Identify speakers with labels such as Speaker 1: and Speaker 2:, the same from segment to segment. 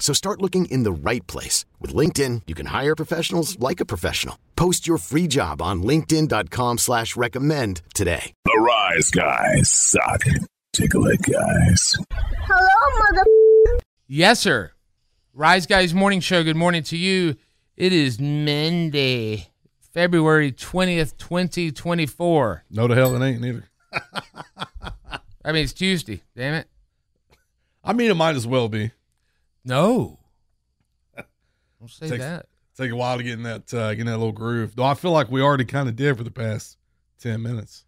Speaker 1: So start looking in the right place. With LinkedIn, you can hire professionals like a professional. Post your free job on linkedin.com slash recommend today.
Speaker 2: The Rise Guys suck. Take a look, guys.
Speaker 3: Hello, mother.
Speaker 4: Yes, sir. Rise Guys Morning Show. Good morning to you. It is Monday, February 20th, 2024.
Speaker 5: No, the hell it ain't neither.
Speaker 4: I mean, it's Tuesday. Damn it.
Speaker 5: I mean, it might as well be.
Speaker 4: No. Don't say
Speaker 5: Takes-
Speaker 4: that.
Speaker 5: Take a while to get in that uh, get in that little groove. Though I feel like we already kind of did for the past ten minutes.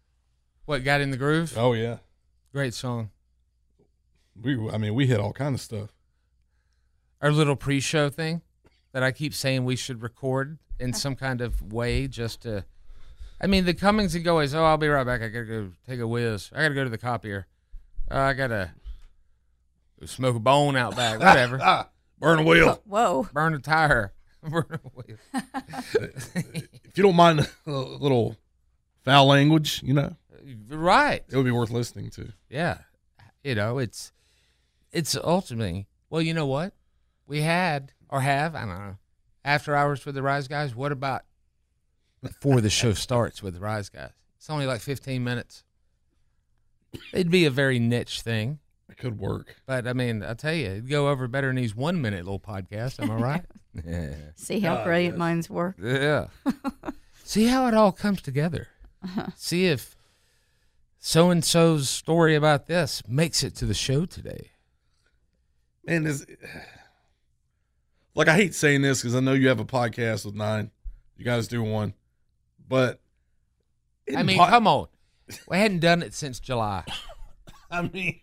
Speaker 4: What got in the groove?
Speaker 5: Oh yeah,
Speaker 4: Great song.
Speaker 5: we. I mean, we hit all kind of stuff.
Speaker 4: Our little pre-show thing that I keep saying we should record in some kind of way, just to. I mean, the comings and goings. Oh, I'll be right back. I gotta go take a whiz. I gotta go to the copier. Uh, I gotta go smoke a bone out back. Whatever.
Speaker 5: Ah, burn a wheel.
Speaker 6: Whoa.
Speaker 4: Burn a tire. Burn a wheel.
Speaker 5: if you don't mind a little foul language, you know,
Speaker 4: Right.
Speaker 5: it would be worth listening to.
Speaker 4: Yeah. You know, it's it's ultimately well, you know what? We had or have, I don't know. After hours with the Rise Guys, what about before the show starts with the Rise Guys? It's only like fifteen minutes. It'd be a very niche thing.
Speaker 5: It could work.
Speaker 4: But I mean, I tell you, it'd go over better than these one minute little podcasts, am I right? yeah.
Speaker 6: See how
Speaker 5: Uh,
Speaker 6: brilliant minds were.
Speaker 4: Yeah. See how it all comes together. See if so and so's story about this makes it to the show today.
Speaker 5: Man, this like I hate saying this because I know you have a podcast with nine. You guys do one, but
Speaker 4: I mean,
Speaker 5: come on.
Speaker 4: come on. We hadn't done it since July.
Speaker 5: I mean,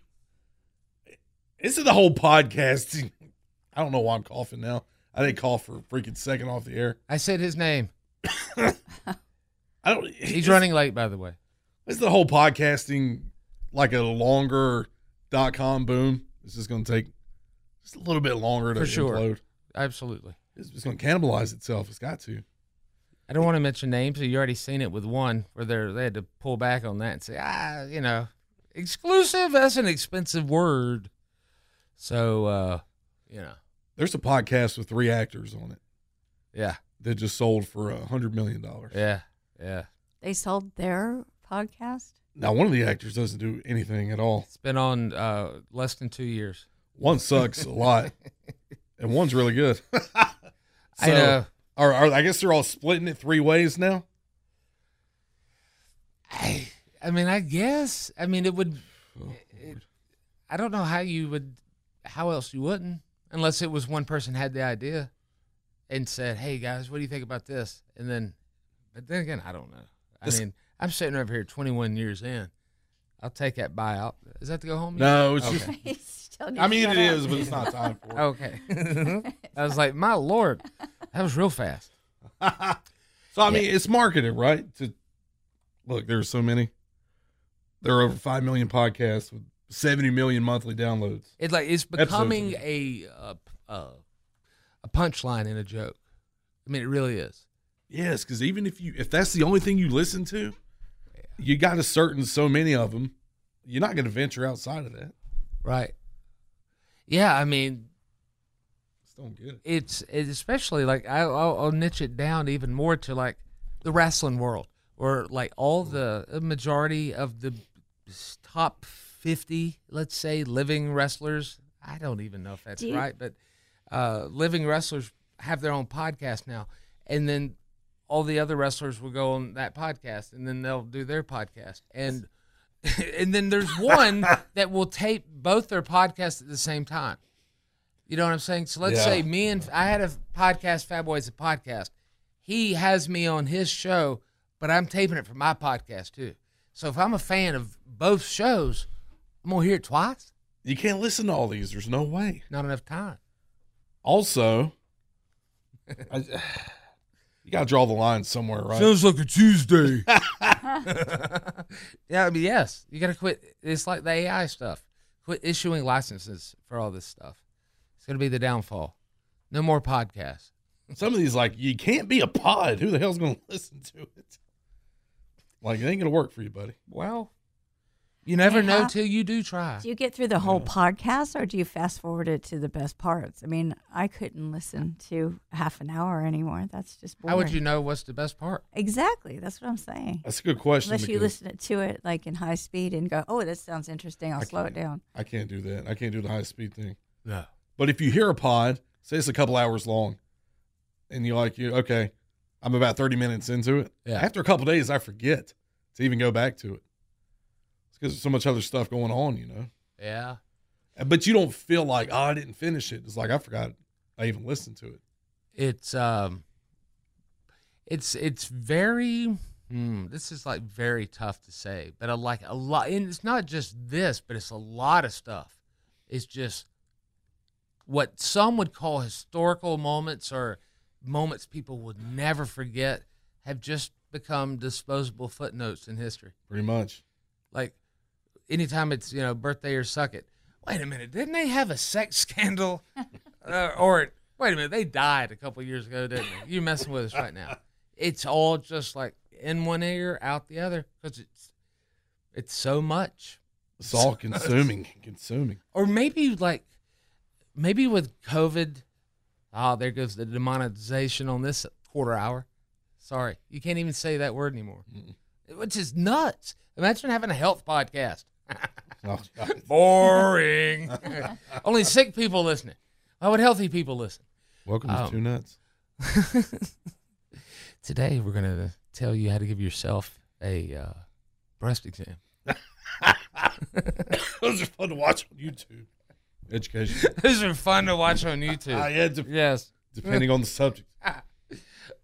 Speaker 5: this is the whole podcast. I don't know why I'm coughing now. I didn't cough for a freaking second off the air.
Speaker 4: I said his name.
Speaker 5: I don't.
Speaker 4: He's
Speaker 5: it's-
Speaker 4: running late, by the way.
Speaker 5: It's the whole podcasting like a longer dot com boom. It's just going to take just a little bit longer to
Speaker 4: For sure.
Speaker 5: implode.
Speaker 4: Absolutely.
Speaker 5: It's, it's going to cannibalize itself. It's got to.
Speaker 4: I don't want to mention names. You already seen it with one where they they had to pull back on that and say, ah, you know, exclusive. That's an expensive word. So, uh, you know,
Speaker 5: There's a podcast with three actors on it
Speaker 4: yeah,
Speaker 5: that just sold for a hundred million dollars.
Speaker 4: yeah, yeah.
Speaker 6: They sold their podcast.
Speaker 5: Now one of the actors doesn't do anything at all.
Speaker 4: It's been on uh, less than two years.
Speaker 5: One sucks a lot, and one's really good.
Speaker 4: I know.
Speaker 5: Are, are I guess they're all splitting it three ways now.
Speaker 4: I, I mean, I guess. I mean, it would.
Speaker 5: Oh,
Speaker 4: it- I don't know how you would, how else you wouldn't, unless it was one person had the idea, and said, "Hey guys, what do you think about this?" And then, but then again, I don't know. I
Speaker 5: This-
Speaker 4: mean, I'm sitting over here 21 years in. I'll take that buyout. Is that to go home?
Speaker 5: No, it's
Speaker 4: Okay.
Speaker 5: just.
Speaker 6: He still
Speaker 5: I mean,
Speaker 6: needs
Speaker 5: it
Speaker 6: to shut
Speaker 5: is,
Speaker 6: up.
Speaker 5: but it's not time for it.
Speaker 4: Okay. I was like, my lord, that was real fast.
Speaker 5: So I mean, it's marketed right. To look, there's so many. There are over five million podcasts with seventy million monthly downloads.
Speaker 4: It's like it's
Speaker 5: Episodes.
Speaker 4: becoming a uh, p- uh, a punchline and a joke. I mean, it really is.
Speaker 5: Yes, because even if you if that's the only thing you listen to, you got a certain so many of them. You're not going to venture outside of that.
Speaker 4: Right. Yeah, I mean,
Speaker 5: Just don't get it.
Speaker 4: it's, it's especially like I, I'll, I'll niche it down even more to like the wrestling world, or like all the a majority of the s- top fifty, let's say, living wrestlers. I don't even know if that's
Speaker 6: Do you-
Speaker 4: right, but uh, living wrestlers have their own podcast now, and then all the other wrestlers will go on that podcast, and then they'll do their podcast, and and then there's one that will tape both their podcasts at the same time. You know what I'm saying? So let's
Speaker 5: Yeah.
Speaker 4: say me and I had a podcast, Fat Boys a podcast. He has me on his show, but I'm taping it for my podcast too. So if I'm a fan of both shows, I'm gonna hear it twice.
Speaker 5: You can't listen to all these. There's no way.
Speaker 4: Not enough time.
Speaker 5: Also, I, you got to draw the line somewhere, right?
Speaker 4: like a Tuesday. yeah, I mean, yes, you got to quit. It's like the AI stuff. Quit issuing licenses for all this stuff. It's going to be the downfall. No more podcasts.
Speaker 5: Some of these, like, you can't be a pod. Who the hell's going to listen to it? Like, it ain't going to work for you, buddy.
Speaker 4: Well, you never
Speaker 6: They
Speaker 4: know
Speaker 6: have-
Speaker 4: till you do try.
Speaker 6: Do you get through the whole podcast or do you fast forward it to the best parts? I mean, I couldn't listen to half an hour anymore. That's just boring.
Speaker 4: How would you know what's the best part?
Speaker 6: Exactly. That's what I'm saying.
Speaker 5: That's a good question.
Speaker 6: Unless you
Speaker 5: because
Speaker 6: listen it- to it like in high speed and go, oh, this sounds interesting. I'll
Speaker 5: I
Speaker 6: slow it
Speaker 5: can't.
Speaker 6: down.
Speaker 5: I can't do that. I can't do the high speed thing.
Speaker 4: No.
Speaker 5: But if you hear a pod, say it's a couple hours long, and you're like, you okay, I'm about 30 minutes into it.
Speaker 4: Yeah.
Speaker 5: After a couple days, I forget to even go back to it. It's because there's so much other stuff going on, you know.
Speaker 4: Yeah.
Speaker 5: But you don't feel like, oh, I didn't finish it. It's like I forgot I even listened to it.
Speaker 4: it's um it's it's very hmm, this is like very tough to say but i like a lot and it's not just this but it's a lot of stuff it's just what some would call historical moments or moments people would never forget have just become disposable footnotes in history
Speaker 5: Pretty much.
Speaker 4: like anytime it's you know birthday or suck it wait a minute didn't they have a sex scandal uh, or wait a minute they died a couple years ago didn't they you're messing with us right now it's all just like in one ear out the other because it's it's so much
Speaker 5: It's all consuming, consuming.
Speaker 4: or maybe like maybe with covid oh there goes the demonetization on this quarter hour sorry you can't even say that word anymore which is nuts imagine having a health podcast
Speaker 5: Oh, God.
Speaker 4: Boring. Only sick people listening. Why would healthy people listen?
Speaker 5: Welcome to
Speaker 4: Um,
Speaker 5: Two Nuts.
Speaker 4: Today we're gonna tell you how to give yourself a uh, breast exam.
Speaker 5: Those are fun to watch on YouTube. Education.
Speaker 4: These are fun to watch on
Speaker 5: I
Speaker 4: YouTube.
Speaker 5: had to,
Speaker 4: yes,
Speaker 5: depending on the subject.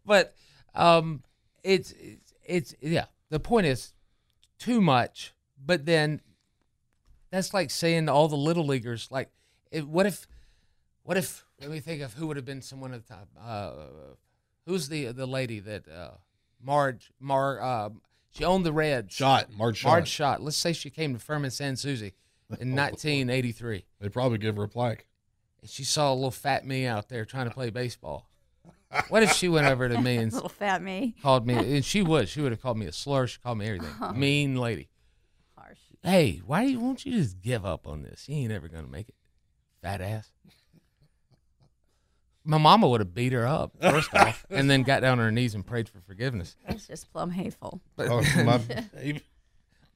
Speaker 4: but um, it's, it's it's yeah. The point is too much. But then that's like saying to all the little leaguers, like, it, what if, what if? Let me think of who would have been someone at the top. Uh, who's the the lady that uh, Marge Mar uh, she owned the Reds.
Speaker 5: Shot, Marge Shot.
Speaker 4: Marge shot. Let's say she came to Furman San Susie in 1983.
Speaker 5: They probably give her a plaque.
Speaker 4: And she saw a little fat me out there trying to play baseball. What if she went over to me and
Speaker 6: Little fat me.
Speaker 4: called me? And she would. She would have called me a slur. She called me everything. Mean lady.
Speaker 6: Harsh.
Speaker 4: Hey, why you, won't you just give up on this? You ain't ever gonna make it, fat ass. My mama would have beat her up first off, and then got down on her knees and prayed for forgiveness.
Speaker 6: That's just plumb hateful.
Speaker 4: But
Speaker 5: Oh, my,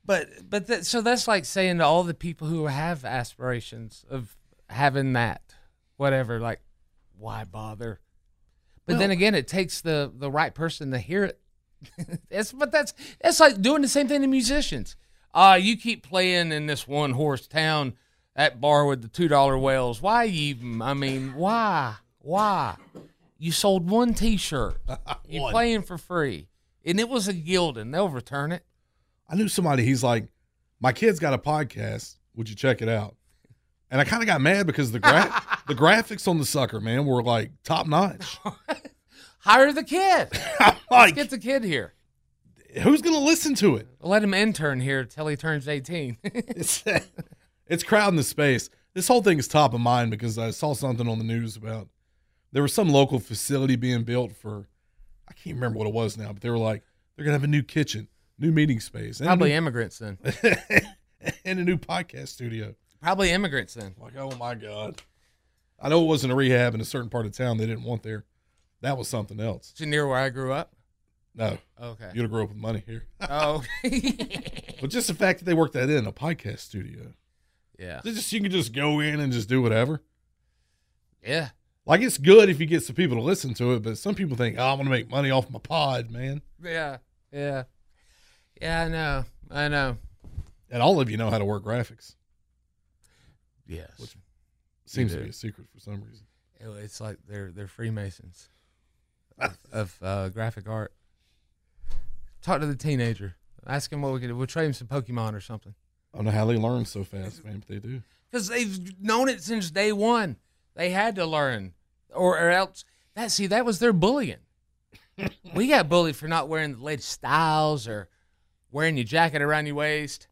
Speaker 4: But but that, so that's like saying to all the people who have aspirations of having that, whatever. Like, why bother? But then again, it takes the the right person to hear it. it's but that's it's like doing the same thing to musicians. Uh you keep playing in this one horse town, that bar with the two dollar whales. Why even? I mean, why? Why? You sold one T-shirt. You
Speaker 5: One.
Speaker 4: playing for free, and it was a Gildan. They'll return it.
Speaker 5: I knew somebody. He's like, my kid's got a podcast. Would you check it out? And I kind of got mad because the gra- the graphics on the sucker man were like top notch.
Speaker 4: Hire the kid.
Speaker 5: I'm
Speaker 4: Let's
Speaker 5: like,
Speaker 4: get the kid here.
Speaker 5: who's gonna listen to it?
Speaker 4: Let him intern here till he turns 18.
Speaker 5: It's it's crowding the space. This whole thing is top of mind because I saw something on the news about there was some local facility being built for I can't remember what it was now, but they were like they're gonna have a new kitchen, new meeting space, and a
Speaker 4: Probably
Speaker 5: new-
Speaker 4: immigrants then.
Speaker 5: and a new podcast studio.
Speaker 4: Probably immigrants then.
Speaker 5: Like, oh my God. I know it wasn't a rehab in a certain part of town they didn't want there. That was something else.
Speaker 4: Is it near where I grew up?
Speaker 5: No,
Speaker 4: Okay.
Speaker 5: you'd have grew up with money here.
Speaker 4: Oh.
Speaker 5: But just the fact that they worked that in a podcast studio,
Speaker 4: yeah.
Speaker 5: They just you can just go in and just do whatever.
Speaker 4: Yeah.
Speaker 5: Like it's good if you get some people to listen to it, but some people think, oh, I want to make money off my pod, man.
Speaker 4: Yeah, yeah, yeah. I know, I know.
Speaker 5: And all of you know how to work graphics.
Speaker 4: Yes,
Speaker 5: Seems to
Speaker 4: do.
Speaker 5: be a secret for some reason.
Speaker 4: It- it's like they're they're Freemasons of, of uh, graphic art. Talk to the teenager. Ask him what we could. do. We'll trade him some Pokemon or something.
Speaker 5: I don't know how they learn so fast, man, but they do.
Speaker 4: Because they've known it since day one. They had to learn, or, or else that see that was their bullying. we got bullied for not wearing the latest styles or wearing your jacket around your waist,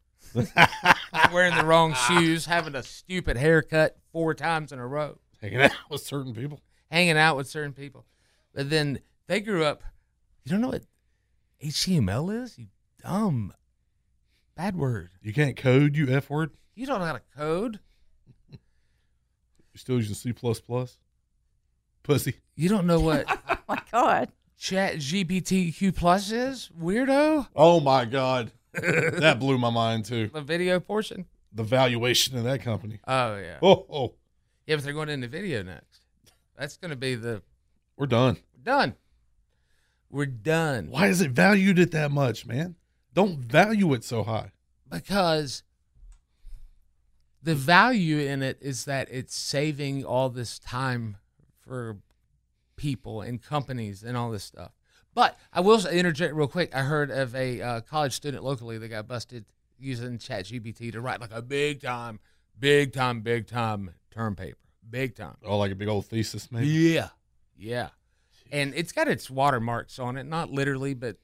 Speaker 4: wearing the wrong shoes, having a stupid haircut four times in a row.
Speaker 5: Hanging out with certain people.
Speaker 4: hanging out with certain people. But then they grew up. You don't know what HTML is? You dumb. Bad word.
Speaker 5: You can't code, you F word.
Speaker 4: You don't know how to code.
Speaker 5: You're still using C plus plus. Pussy.
Speaker 4: You don't know what
Speaker 6: Oh my God.
Speaker 4: Chat GPTQ plus is? Weirdo?
Speaker 5: Oh my God. that blew my mind too.
Speaker 4: The video portion?
Speaker 5: The valuation of that company.
Speaker 4: Oh yeah.
Speaker 5: Oh, oh.
Speaker 4: Yeah, but they're going into video next. That's gonna be the
Speaker 5: We're done.
Speaker 4: done. We're done.
Speaker 5: Why is it valued at that much, man? Don't value it so high.
Speaker 4: because the value in it is that it's saving all this time for people and companies and all this stuff. But I will s- interject real quick. I heard of a uh, college student locally that got busted using ChatGPT to write like a big time, big time, big time term paper, big time.
Speaker 5: Oh, like a big old thesis, man.
Speaker 4: Yeah, yeah. And it's got its watermarks on it, not literally, but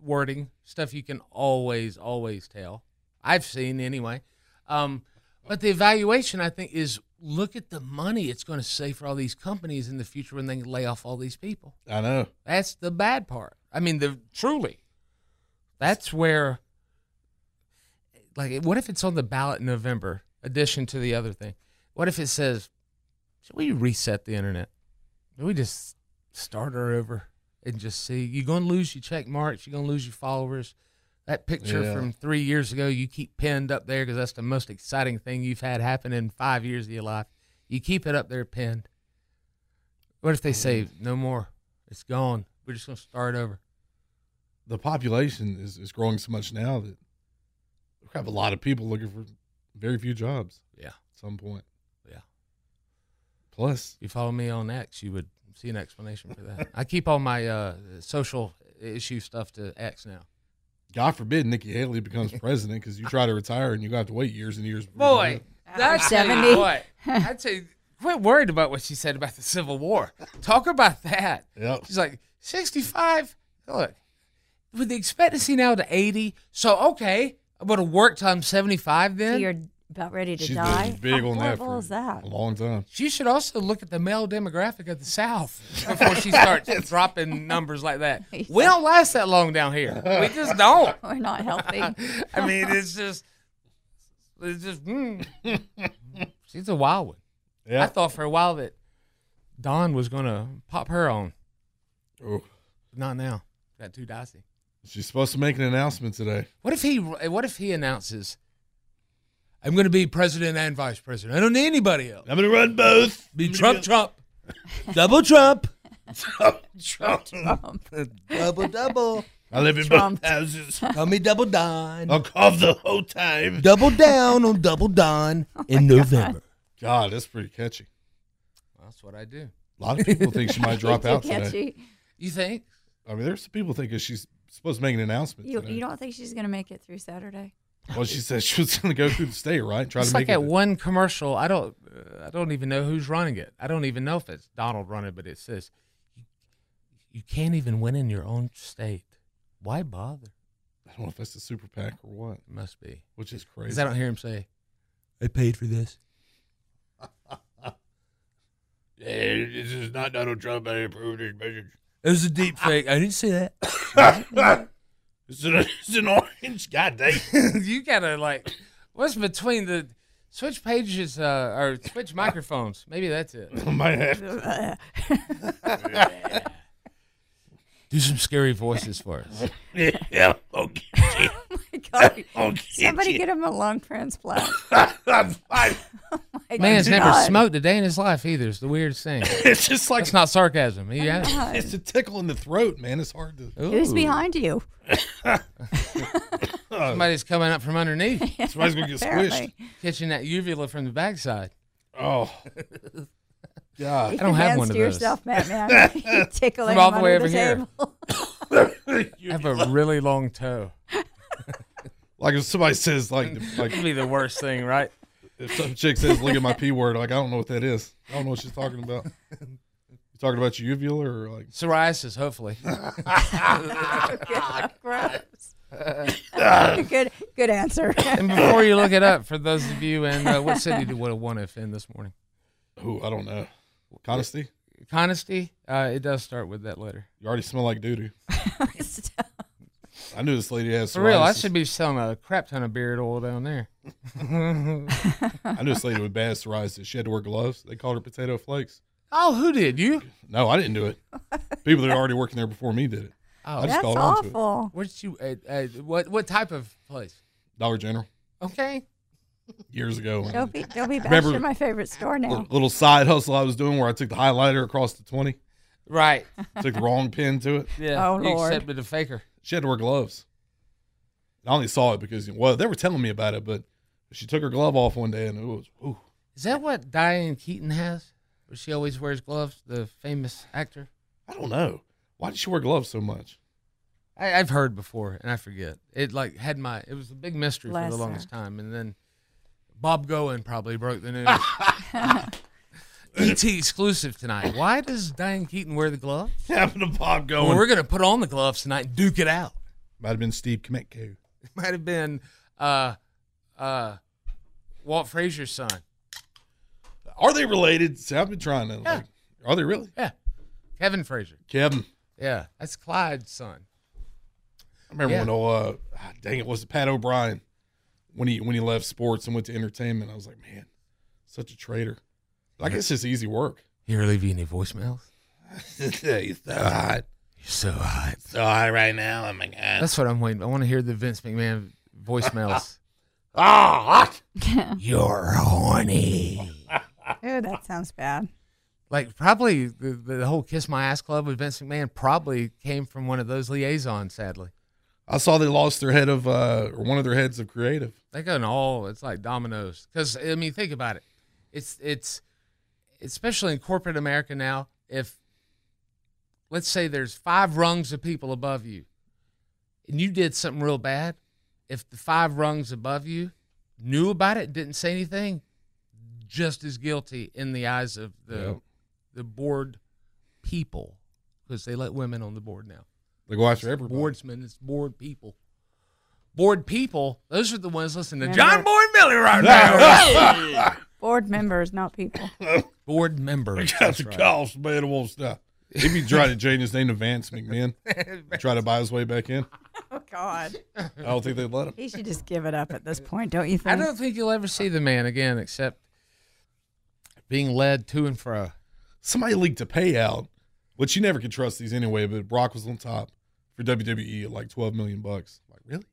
Speaker 4: wording stuff you can always, always tell. I've seen anyway. Um, but the evaluation, I think, is look at the money it's going to save for all these companies in the future when they lay off all these people.
Speaker 5: I know.
Speaker 4: That's the bad part. I mean, the truly, that's where. Like, what if it's on the ballot in November? Addition to the other thing, what if it says, "Should we reset the internet? Should we just start her over and just see? You're gonna lose your check marks. You're gonna lose your followers. That picture
Speaker 5: Yeah.
Speaker 4: from three years ago, you keep pinned up there because that's the most exciting thing you've had happen in five years of your life. You keep it up there pinned. What if they say no more? It's gone. We're just gonna start over.
Speaker 5: The population is, is growing so much now that we have a lot of people looking for very few jobs
Speaker 4: Yeah.
Speaker 5: at some point.
Speaker 4: Yeah.
Speaker 5: Plus,
Speaker 4: You follow me on X, you would see an explanation for that. I keep all my uh, social issue stuff to X now.
Speaker 5: God forbid Nikki Haley becomes president because you try to retire and you have to wait years and years. before you
Speaker 4: Boy,
Speaker 5: do it.
Speaker 4: that's
Speaker 6: 70.
Speaker 4: Boy, I'd say quit worried about what she said about the Civil War. Talk about that.
Speaker 5: Yep.
Speaker 4: She's like, 65? Look, with the expectancy now to 80, so okay, I'm going to work till I'm 75
Speaker 6: So
Speaker 4: then.
Speaker 6: you're about ready to
Speaker 5: She's
Speaker 6: die.
Speaker 5: been big
Speaker 6: How
Speaker 5: on that
Speaker 6: horrible
Speaker 5: for
Speaker 6: is that?
Speaker 5: a long time.
Speaker 4: she should also look at the male demographic of the South before she starts dropping numbers like that. We don't last that long down here. We just don't.
Speaker 6: We're not helping.
Speaker 4: I mean, it's just, it's just. mm. She's a wild one.
Speaker 5: Yeah.
Speaker 4: I thought for a while that Don was gonna pop her on.
Speaker 5: Oh,
Speaker 4: Not now. Got too dicey.
Speaker 5: she's supposed to make an announcement today.
Speaker 4: What if he? What if he announces, "I'm gonna be president and vice president. I don't need anybody else.
Speaker 5: I'm going to run both.
Speaker 4: Be Trump, Trump, double Trump, double double.
Speaker 5: I live in
Speaker 6: Trump.
Speaker 5: both houses.
Speaker 4: Call me double Don.
Speaker 5: I'll cough the whole time.
Speaker 4: Double down on double Don
Speaker 6: Oh
Speaker 4: in November.
Speaker 5: God, that's pretty catchy.
Speaker 4: That's what I do.
Speaker 5: A lot of people think she might drop
Speaker 6: Too
Speaker 5: out today.
Speaker 6: catchy.
Speaker 4: You think?
Speaker 5: I mean, there's some people thinking she's supposed to make an announcement
Speaker 6: You,
Speaker 5: today.
Speaker 6: you don't think she's going to make it through Saturday?
Speaker 5: well, she said she was going to go through the state, right? Try
Speaker 4: it's
Speaker 5: to
Speaker 4: like
Speaker 5: make it.
Speaker 4: that one commercial. I don't. Uh, I don't even know who's running it. I don't even know if it's Donald running, but it says, "You, you can't even win in your own state. Why bother?"
Speaker 5: I don't know if that's the super PAC or what,
Speaker 4: It must be
Speaker 5: which is crazy.
Speaker 4: because I don't hear him say, "I paid for this."
Speaker 5: this is not Donald Trump. I approved his message.
Speaker 4: It was a deep fake. I didn't see that.
Speaker 5: Ah. It's an, it's an orange. God dang.
Speaker 4: you gotta like, what's between the switch pages uh, or switch microphones? Maybe that's it.
Speaker 5: Might have to.
Speaker 4: Do some scary voices for us.
Speaker 5: Yeah. Okay.
Speaker 6: My God.
Speaker 5: Okay.
Speaker 6: Somebody get him a lung transplant.
Speaker 5: I'm fine.
Speaker 6: My I
Speaker 4: Man's
Speaker 6: do
Speaker 4: never
Speaker 6: not.
Speaker 4: smoked a day in his life either. It's the weirdest thing.
Speaker 5: it's just like
Speaker 4: That's not sarcasm. Yeah.
Speaker 6: God.
Speaker 5: it's a tickle in the throat, man. It's hard to.
Speaker 6: Who's
Speaker 4: Ooh.
Speaker 6: behind you?
Speaker 4: Somebody's coming up from underneath,
Speaker 5: Somebody's gonna get squished.
Speaker 6: Apparently.
Speaker 4: catching that uvula from the backside.
Speaker 5: Oh,
Speaker 4: I
Speaker 5: God!
Speaker 4: don't have
Speaker 6: Hands
Speaker 4: one of
Speaker 6: to
Speaker 4: those.
Speaker 6: yourself, Matt. Man, tickling
Speaker 4: From all
Speaker 6: him
Speaker 4: the way
Speaker 6: under
Speaker 4: over here.
Speaker 6: table.
Speaker 4: I have a really long toe.
Speaker 5: Like if somebody says, like, like
Speaker 4: That'd be the worst thing, right?
Speaker 5: if some chick says, "Look at my p word," like I don't know what that is. I don't know what she's talking about. You talking about your uvula or like?
Speaker 4: Psoriasis, hopefully.
Speaker 6: Gross. good, good answer.
Speaker 4: And before you look it up, for those of you in uh, what city do would have won if in this morning?
Speaker 5: Who I don't know. Honesty.
Speaker 4: Conesty, uh, it does start with that letter.
Speaker 5: You already smell like doo doo. I knew this lady has
Speaker 4: For real, I
Speaker 5: psoriasis.
Speaker 4: should be selling a crap ton of beard oil down there.
Speaker 5: I knew this lady with bad psoriasis. She had to wear gloves. They called her potato flakes.
Speaker 4: Oh, who did you?
Speaker 5: No, I didn't do it. People that are already working there before me did it. I
Speaker 4: Oh,
Speaker 5: just
Speaker 6: That's
Speaker 5: called onto it.
Speaker 6: awful.
Speaker 4: where did you? Uh, uh, what what type of place?
Speaker 5: Dollar General
Speaker 4: Okay,
Speaker 5: years ago. when I-
Speaker 6: Don't be, don't be
Speaker 5: Remember-
Speaker 6: bashing my favorite store now.
Speaker 5: little, little side hustle I was doing where I took the highlighter across the 20,
Speaker 4: right.
Speaker 5: took the wrong pin to it.
Speaker 4: Yeah.
Speaker 6: Oh,
Speaker 4: you
Speaker 6: Lord.
Speaker 4: accepted a faker.
Speaker 5: She had to wear gloves. I only saw it because, well, they were telling me about it, but she took her glove off one day and it was, ooh,
Speaker 4: Is that what Diane Keaton has? Where She always wears gloves. The famous actor.
Speaker 5: I don't know. Why did she wear gloves so much?
Speaker 4: I, I've heard before, and I forget. It like had my. It was a big mystery
Speaker 6: Bless
Speaker 4: for
Speaker 6: her.
Speaker 4: the longest time, and then Bob Goen probably broke the news. ET exclusive tonight. Why does Diane Keaton wear the gloves?
Speaker 5: Happened to Bob
Speaker 4: Well,
Speaker 5: going.
Speaker 4: we're gonna put on the gloves tonight and duke it out.
Speaker 5: Might have been Steve Kmetko.
Speaker 4: might have been uh uh Walt Frazier's son.
Speaker 5: Are they related? See, I've been trying to. Like, are they really?
Speaker 4: Yeah. Kevin Frazier.
Speaker 5: Kevin.
Speaker 4: Yeah. That's Clyde's son.
Speaker 5: I remember
Speaker 4: Yeah.
Speaker 5: when oh, uh, ah, dang it was it Pat O'Brien when he when he left sports and went to entertainment. I was like, man, such a traitor. Like it's just easy work.
Speaker 4: Here leave you any voicemails?
Speaker 5: He's so hot,
Speaker 4: You're so hot.
Speaker 5: so hot right now. Oh my god,
Speaker 4: That's what I'm waiting. I want to hear the Vince McMahon voicemails.
Speaker 5: oh, hot.
Speaker 4: You're horny.
Speaker 6: Oh, that sounds bad.
Speaker 4: Like probably the, the whole Kiss My Ass Club with Vince McMahon probably came from one of those liaisons, sadly.
Speaker 5: I saw they lost their head of uh, or one of their heads of creative.
Speaker 4: They go in all. It's like dominoes. Because I mean, think about it. It's it's especially in corporate America now. If let's say there's five rungs of people above you, and you did something real bad, if the five rungs above you knew about it, didn't say anything, just as guilty in the eyes of the
Speaker 5: Yep.
Speaker 4: the board people, because they let women on the board now
Speaker 5: They go after everybody.
Speaker 4: boardsmen. It's bored people. Bored people. Those are the ones listening to
Speaker 6: Remember-
Speaker 4: John Boyd Miller right now.
Speaker 6: Board members, not people.
Speaker 4: Board members.
Speaker 5: That's
Speaker 4: That's
Speaker 5: a
Speaker 4: right.
Speaker 5: golf man won't stop. If you try to change his name to Vance McMahon, try to buy his way back in,
Speaker 6: Oh God,
Speaker 5: I don't think they'd let him.
Speaker 6: he should just give it up at this point, don't you
Speaker 4: I
Speaker 6: think?
Speaker 4: don't think you'll ever see the man again, except being led to and fro.
Speaker 5: somebody leaked a payout, which you never could trust these anyway. But Brock was on top for WWE at like twelve million bucks. Like really?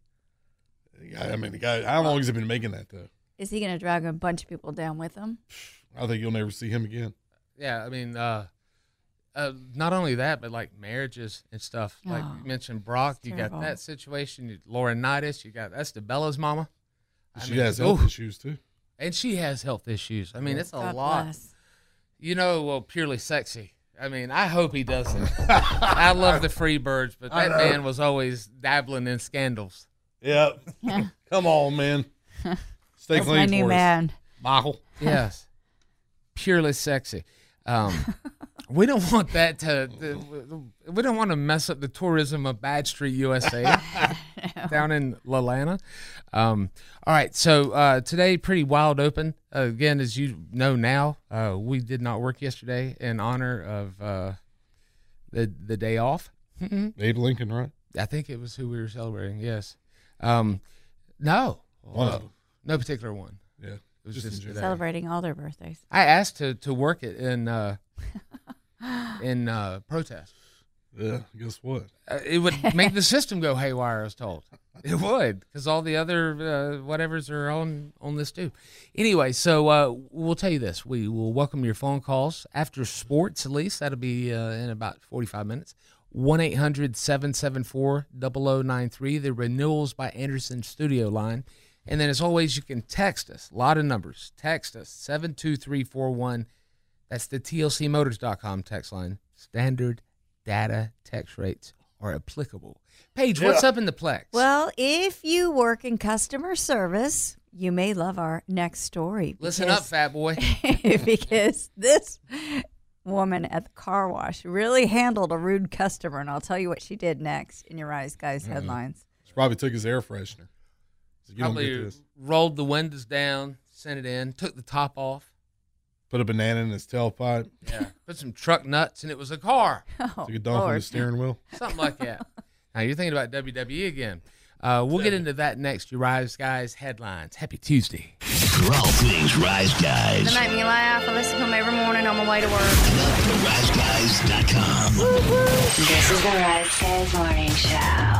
Speaker 5: The guy- I mean, the guy. How long has he been making that though?
Speaker 6: Is he going to drag a bunch of people down with him?
Speaker 5: I think you'll never see him again.
Speaker 4: Yeah, I mean, uh, uh, not only that, but like marriages and stuff. Like
Speaker 6: Oh,
Speaker 4: you mentioned, Brock.
Speaker 6: it's
Speaker 4: You
Speaker 6: terrible.
Speaker 4: got that situation. You, Lauren Nidus. You got that's the Bella's mama, I
Speaker 5: She
Speaker 4: mean,
Speaker 5: has health
Speaker 4: oof.
Speaker 5: issues too.
Speaker 4: and she has health issues. I mean, it's a
Speaker 6: God
Speaker 4: lot.
Speaker 6: bless.
Speaker 4: You know, well, purely sexy. I mean, I hope he doesn't. I love the free birds, but that man was always dabbling in scandals.
Speaker 5: Yeah.
Speaker 6: Yeah.
Speaker 5: Come on, man. Stay
Speaker 6: That's
Speaker 5: clean
Speaker 6: my
Speaker 5: for
Speaker 6: new
Speaker 5: us,
Speaker 6: man.
Speaker 5: Michael.
Speaker 4: Yes. purely sexy. Um, we don't want that to, to- we don't want to mess up the tourism of Bad Street, USA, down in Lalana. Um, all right, so uh, today pretty wild open. Uh, again, as you know now, uh, we did not work yesterday in honor of uh, the the day off.
Speaker 5: Abe Lincoln, right?
Speaker 4: I think it was who we were celebrating. Yes. Um, no.
Speaker 5: One of
Speaker 4: Uh,
Speaker 5: them.
Speaker 4: No particular one.
Speaker 5: Yeah.
Speaker 4: It was
Speaker 5: Just
Speaker 4: just,
Speaker 5: in general.
Speaker 4: today.
Speaker 6: Celebrating all their birthdays.
Speaker 4: I asked to to work it in uh, in uh, protest.
Speaker 5: Yeah, guess what?
Speaker 4: Uh, it would make the system go haywire. I was told it would because all the other uh, whatever's are on on this too. Anyway, so uh, we'll tell you this: we will welcome your phone calls after sports. At least that'll be uh, in about forty five minutes. 1 800 774 0093, the renewals by Anderson Studio line. And then, as always, you can text us, a lot of numbers. Text us 72341. That's the TLCMotors.com text line. Standard data tax rates are applicable. Paige, what's up in the Plex?
Speaker 6: Well, if you work in customer service, you may love our next story.
Speaker 4: listen
Speaker 6: because-
Speaker 4: up, fat boy.
Speaker 6: because this woman at the car wash really handled a rude customer, and I'll tell you what she did next in your eyes, guys.
Speaker 4: Mm-hmm.
Speaker 6: Headlines.
Speaker 5: She probably took his air freshener. So you don't get
Speaker 4: Probably
Speaker 5: this.
Speaker 4: rolled the windows down, sent it in, took the top off,
Speaker 5: Put a banana in his tailpipe.
Speaker 4: yeah. put some truck nuts, and it was a car.
Speaker 6: Oh,
Speaker 5: took a dump on the
Speaker 6: Lord.
Speaker 5: steering wheel.
Speaker 4: something like that. now you're thinking about WWE again. Uh, we'll get into that next. You rise, guys. Headlines. Happy Tuesday.
Speaker 2: For all things Rise Guys,
Speaker 3: They make me laugh. I listen to them every morning on my way to work.
Speaker 2: RiseGuys.com.
Speaker 7: This is the Rise Guys Morning Show.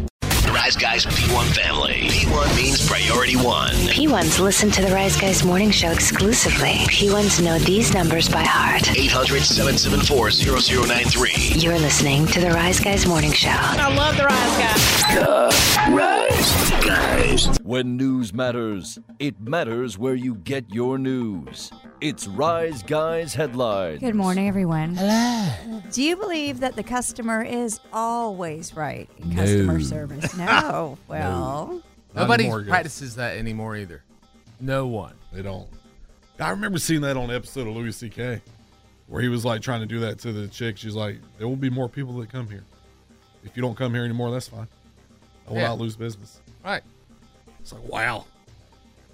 Speaker 2: The Rise Guys P1 family. P1 means priority one.
Speaker 7: P1s listen to the Rise Guys Morning Show exclusively. P1s know these numbers by heart.
Speaker 2: 800 774 0093.
Speaker 7: You're listening to the Rise Guys Morning Show.
Speaker 2: Rise Guys.
Speaker 8: When news matters, it matters where you get your news. It's Rise Guys Headlines.
Speaker 6: Good morning, everyone. Do you believe that the customer is always right in customer service? No. Well,
Speaker 5: Not
Speaker 4: Nobody
Speaker 5: anymore, guys.
Speaker 4: practices that anymore either. No one.
Speaker 5: They don't. I remember seeing that on an episode of Louis C.K. where he was like trying to do that to the chick. She's like, "There will be more people that come here. If you don't come here anymore, that's fine. I will
Speaker 4: Yeah.
Speaker 5: not lose business."
Speaker 4: Right.
Speaker 5: It's like, wow.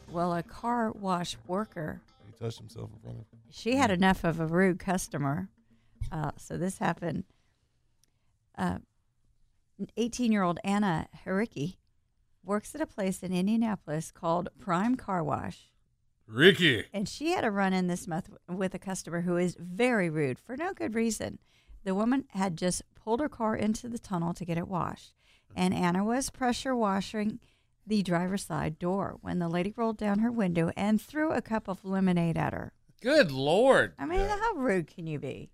Speaker 6: well, a car wash worker
Speaker 5: He touched himself in front of. Her.
Speaker 6: she had enough of a rude customer. Uh, so this happened. Uh, 18-year-old Anna Haricki works at a place in Indianapolis called Prime Car Wash,
Speaker 5: Ricky.
Speaker 6: and she had a run-in this month with a customer who is very rude for no good reason. The woman had just pulled her car into the tunnel to get it washed, and Anna was pressure washing the driver's side door when the lady rolled down her window and threw a cup of lemonade at her.
Speaker 4: Good lord.
Speaker 6: I mean, how rude can you be?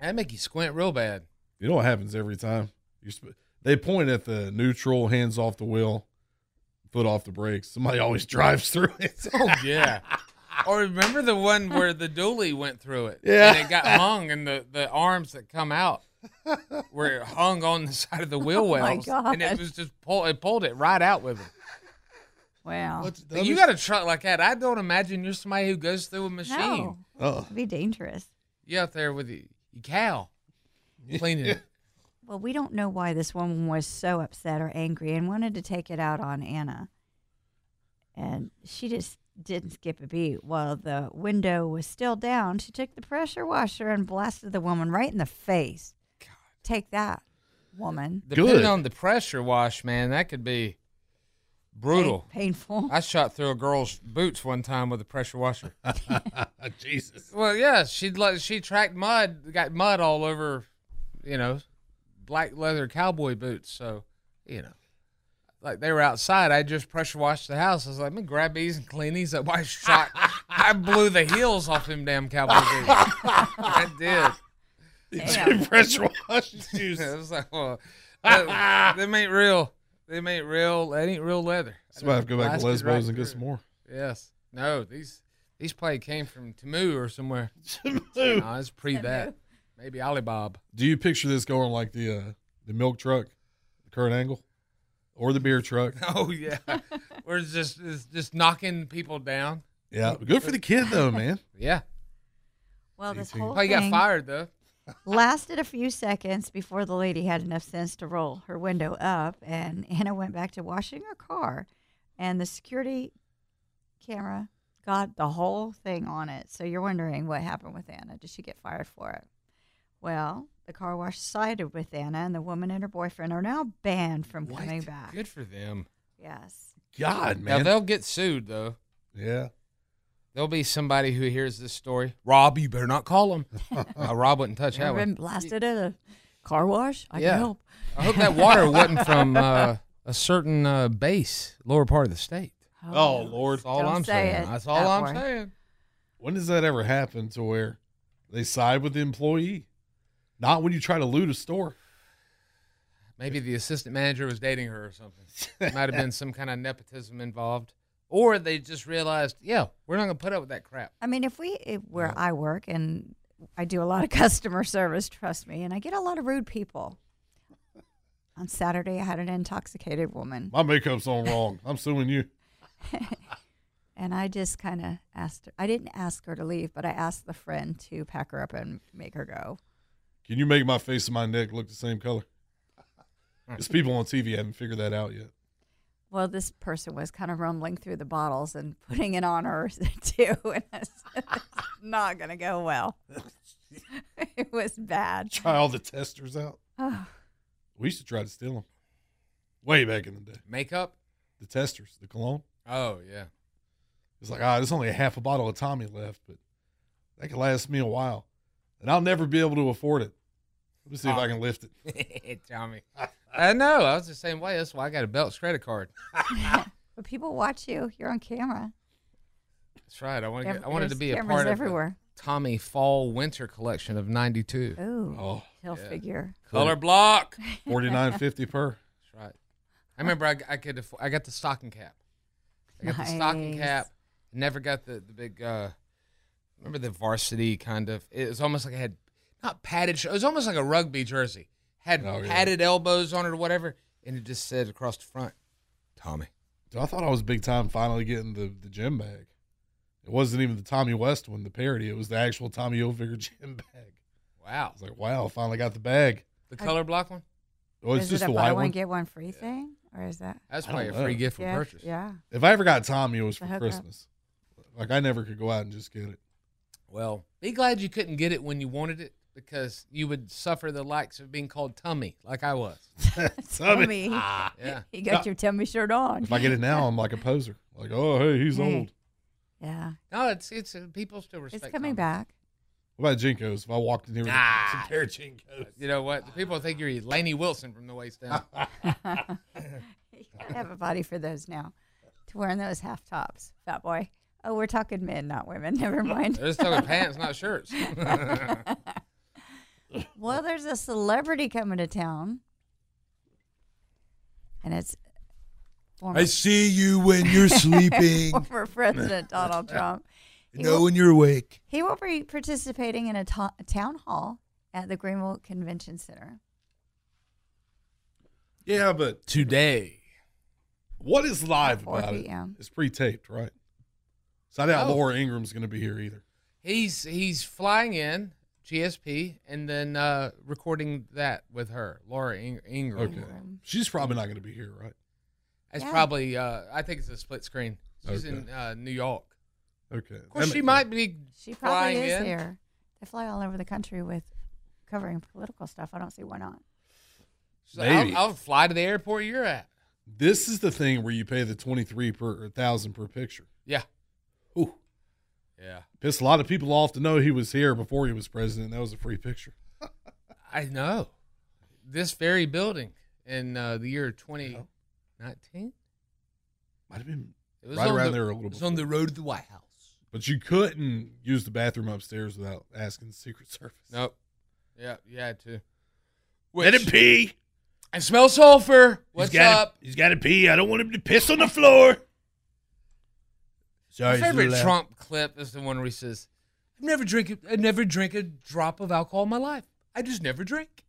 Speaker 4: That make you squint real bad.
Speaker 5: You know what happens every time? You're sp- they point at the neutral, hands off the wheel, foot off the brakes. Somebody always drives through it.
Speaker 4: Oh yeah. or remember the one where the dually went through it.
Speaker 5: Yeah.
Speaker 4: And it got hung and the, the arms that come out were hung on the side of the wheel
Speaker 6: Oh my
Speaker 4: wells. And
Speaker 6: God.
Speaker 4: it was just pull it pulled it right out with him.
Speaker 6: Wow.
Speaker 4: But you got a truck like that. I don't imagine you're somebody who goes through a machine.
Speaker 6: No,
Speaker 5: Oh,
Speaker 6: it'd be dangerous.
Speaker 4: You out there with your, your cow cleaning it.
Speaker 6: well, we don't know why this woman was so upset or angry and wanted to take it out on Anna. And she just didn't skip a beat. While the window was still down, she took the pressure washer and blasted the woman right in the face. Take that, woman.
Speaker 4: Depending
Speaker 5: Good.
Speaker 4: on the pressure wash, man, that could be brutal.
Speaker 6: Pain- painful.
Speaker 4: I shot through a girl's boots one time with a pressure washer.
Speaker 5: Oh, Jesus.
Speaker 4: well, yeah, she let she tracked mud, got mud all over, you know, black leather cowboy boots. So, you know, like they were outside. I just pressure washed the house. I was like, let me grab these and clean these up. I shot, I blew the heels off them damn cowboy boots. I did.
Speaker 6: Damn.
Speaker 5: Pressure wash his shoes.
Speaker 4: I was like, well, that- them ain't real. Them ain't real. That ain't real leather.
Speaker 5: So I have to go back to Lesbos
Speaker 4: Blasted right
Speaker 5: and get
Speaker 4: through.
Speaker 5: some more.
Speaker 4: Yes. No, these these probably came from Tamu or somewhere. No, it's pre that. Maybe Alibaba.
Speaker 5: Do you picture this going like the uh, the milk truck, the current angle, or the beer truck?
Speaker 4: Oh yeah. We're just it's just knocking people down.
Speaker 5: Yeah, good for the kid though, man.
Speaker 4: Yeah.
Speaker 6: Well, this
Speaker 5: Eighteen.
Speaker 6: whole
Speaker 4: Probably got
Speaker 6: thing
Speaker 4: fired though.
Speaker 6: lasted a few seconds before the lady had enough sense to roll her window up, and Anna went back to washing her car, and the security camera got the whole thing on it. So you're wondering what happened with Anna? Did she get fired for it? Well, the car wash sided with Anna, and the woman and her boyfriend are now banned from coming back.
Speaker 4: Good for them.
Speaker 6: Yes.
Speaker 5: God,
Speaker 4: Now
Speaker 5: man.
Speaker 4: they'll get sued though.
Speaker 5: yeah.
Speaker 4: There'll be somebody who hears this story. Rob, you better not call him. Uh, Rob wouldn't touch that
Speaker 6: Ever
Speaker 4: one.
Speaker 6: been blasted at a car wash? I
Speaker 4: Yeah.
Speaker 6: can help.
Speaker 4: I hope that water wasn't from uh, a certain uh, base, lower part of the state.
Speaker 5: Oh, Lord.
Speaker 4: That's all
Speaker 6: Don't
Speaker 4: I'm
Speaker 6: say
Speaker 4: saying.
Speaker 6: it.
Speaker 4: That's all
Speaker 6: Don't
Speaker 4: I'm
Speaker 6: worry.
Speaker 4: saying.
Speaker 5: When does that ever happen to where they side with the employee? Not when you try to loot a store.
Speaker 4: Maybe the assistant manager was dating her or something. Might have been some kind of nepotism involved. Or they just realized, yeah, we're not going to put up with that crap.
Speaker 6: I mean, if we if where I work and I do a lot of customer service, trust me, and I get a lot of rude people. On Saturday, I had an intoxicated woman,
Speaker 5: My makeup's on wrong. I'm suing you.
Speaker 6: and I just kind of asked her. I didn't ask her to leave, but I asked the friend to pack her up and make her go.
Speaker 5: Can you make my face and my neck look the same color? It's people on TV haven't figured that out yet.
Speaker 6: Well, this person was kind of rumbling through the bottles and putting it on her too, and it's not going to go well. it was bad.
Speaker 5: Try all the testers out.
Speaker 6: Oh,
Speaker 5: We used to try to steal them way back in the day.
Speaker 4: Makeup?
Speaker 5: The testers, the cologne.
Speaker 4: Oh, yeah.
Speaker 5: It's like, ah, there's only a half a bottle of Tommy left, but that could last me a while. And I'll never be able to afford it. Let me see if
Speaker 6: Oh.
Speaker 5: I can lift it.
Speaker 4: Tommy. I know. I was the same way. That's why I got a Belts credit card.
Speaker 6: but people watch you. You're on camera.
Speaker 4: That's right. I, wanna
Speaker 6: There-
Speaker 4: get, I wanted to
Speaker 6: there's
Speaker 4: be a
Speaker 6: cameras
Speaker 4: part
Speaker 6: everywhere. Uh,
Speaker 4: of the Tommy Fall Winter collection of 92.
Speaker 6: Ooh,
Speaker 5: Oh,
Speaker 6: he'll figure.
Speaker 4: Color block. That's
Speaker 5: forty nine fifty per.
Speaker 4: right. I remember I, I could afford, I got the stocking cap. I got the stocking
Speaker 6: Nice.
Speaker 4: cap. Never got the the big. uh Remember the varsity kind of. It was almost like I had not padded. sh- It was almost like a rugby jersey. Had
Speaker 5: Oh, yeah.
Speaker 4: padded elbows on it or whatever, and it just said across the front, Tommy.
Speaker 5: Dude, I thought I was big time finally getting the, the gym bag. It wasn't even the Tommy West one, the parody. It was the actual Tommy Hilfiger gym bag.
Speaker 4: Wow.
Speaker 5: I was like, wow, finally got the bag.
Speaker 4: The color block one.
Speaker 5: Oh, it's
Speaker 6: is
Speaker 5: just
Speaker 6: it a
Speaker 5: the
Speaker 6: buy
Speaker 5: white
Speaker 6: one,
Speaker 5: one.
Speaker 6: get one free thing, or is that?
Speaker 4: That's
Speaker 5: I don't
Speaker 4: probably a free
Speaker 5: know.
Speaker 4: gift from
Speaker 6: yeah,
Speaker 4: purchase.
Speaker 6: yeah.
Speaker 5: If I ever got Tommy, it was for
Speaker 6: The hookup.
Speaker 5: Christmas. Like I never could go out and just get it.
Speaker 4: Well, be glad you couldn't get it when you wanted it because you would suffer the likes of being called tummy, like I was.
Speaker 6: Tummy.
Speaker 4: Ah. Yeah.
Speaker 6: You got your tummy shirt on.
Speaker 5: If I get it now, I'm like a poser. Like, oh hey, he's
Speaker 6: Hey.
Speaker 5: old.
Speaker 6: Yeah,
Speaker 4: No, it's it's uh, people still
Speaker 6: it's
Speaker 4: respect.
Speaker 6: coming
Speaker 4: Tommy.
Speaker 6: back.
Speaker 5: What about Jinkos? If I walked in here with
Speaker 6: Ah.
Speaker 4: Nah.
Speaker 5: some pair of Jinkos.
Speaker 4: You know what? The people think you're Laney Wilson from the waist down.
Speaker 6: You gotta have a body for those now, to wearing those half tops, fat boy. Oh, we're talking men, not women. Never mind.
Speaker 4: They're just talking pants, not shirts.
Speaker 6: well, there's a celebrity coming to town, and it's
Speaker 4: Oh,
Speaker 6: former,
Speaker 5: see you when you're sleeping.
Speaker 6: former President Donald Trump. He will-
Speaker 5: when you're awake.
Speaker 6: He will be participating in a, to- a town hall at the Greenville Convention Center.
Speaker 5: Yeah, but
Speaker 4: Today.
Speaker 5: what is live
Speaker 6: 4
Speaker 5: about it?
Speaker 6: p.m..
Speaker 5: It's pre-taped, right? So I doubt
Speaker 4: Oh.
Speaker 5: Laura Ingram's going to be here either.
Speaker 4: He's he's flying in GSP, and then uh, recording that with her, Laura Ing- Ingram.
Speaker 5: Okay. She's probably not going to be here, right?
Speaker 4: It's
Speaker 6: Yeah.
Speaker 4: probably. Uh, I think it's a split screen. She's in
Speaker 5: Okay.
Speaker 4: uh, New York.
Speaker 5: Okay.
Speaker 4: Of course,
Speaker 5: That
Speaker 4: she
Speaker 5: ma-
Speaker 4: might be.
Speaker 6: She probably
Speaker 4: flying
Speaker 6: is
Speaker 4: in.
Speaker 6: here. They fly all over the country with covering political stuff. I don't see why not.
Speaker 4: She's like, I'll-
Speaker 5: Maybe.
Speaker 4: I'll, fly to the airport you're at.
Speaker 5: This is the thing where you pay the twenty three per thousand per picture.
Speaker 4: Yeah.
Speaker 5: Ooh,
Speaker 4: Yeah.
Speaker 5: pissed a lot of people off to know he was here before he was president. That was a free picture.
Speaker 4: I know. This very building in uh, the year 2019.
Speaker 5: Might have been,
Speaker 4: It was
Speaker 5: Right
Speaker 4: on
Speaker 5: around
Speaker 4: the-
Speaker 5: there a little
Speaker 4: It was on the road to the White House.
Speaker 5: but you couldn't use the bathroom upstairs without asking the Secret Service.
Speaker 4: Nope. Yeah, you had to.
Speaker 5: Let him
Speaker 4: Which-
Speaker 5: pee.
Speaker 4: I smell sulfur. What's
Speaker 5: gotta-
Speaker 4: up?
Speaker 5: he's got to pee. I don't want him to piss on the floor. Sorry,
Speaker 4: My
Speaker 5: it's a
Speaker 4: favorite
Speaker 5: little loud.
Speaker 4: Trump clip is the one where he says, "I never drink. I never drink a drop of alcohol in my life. I just never drink."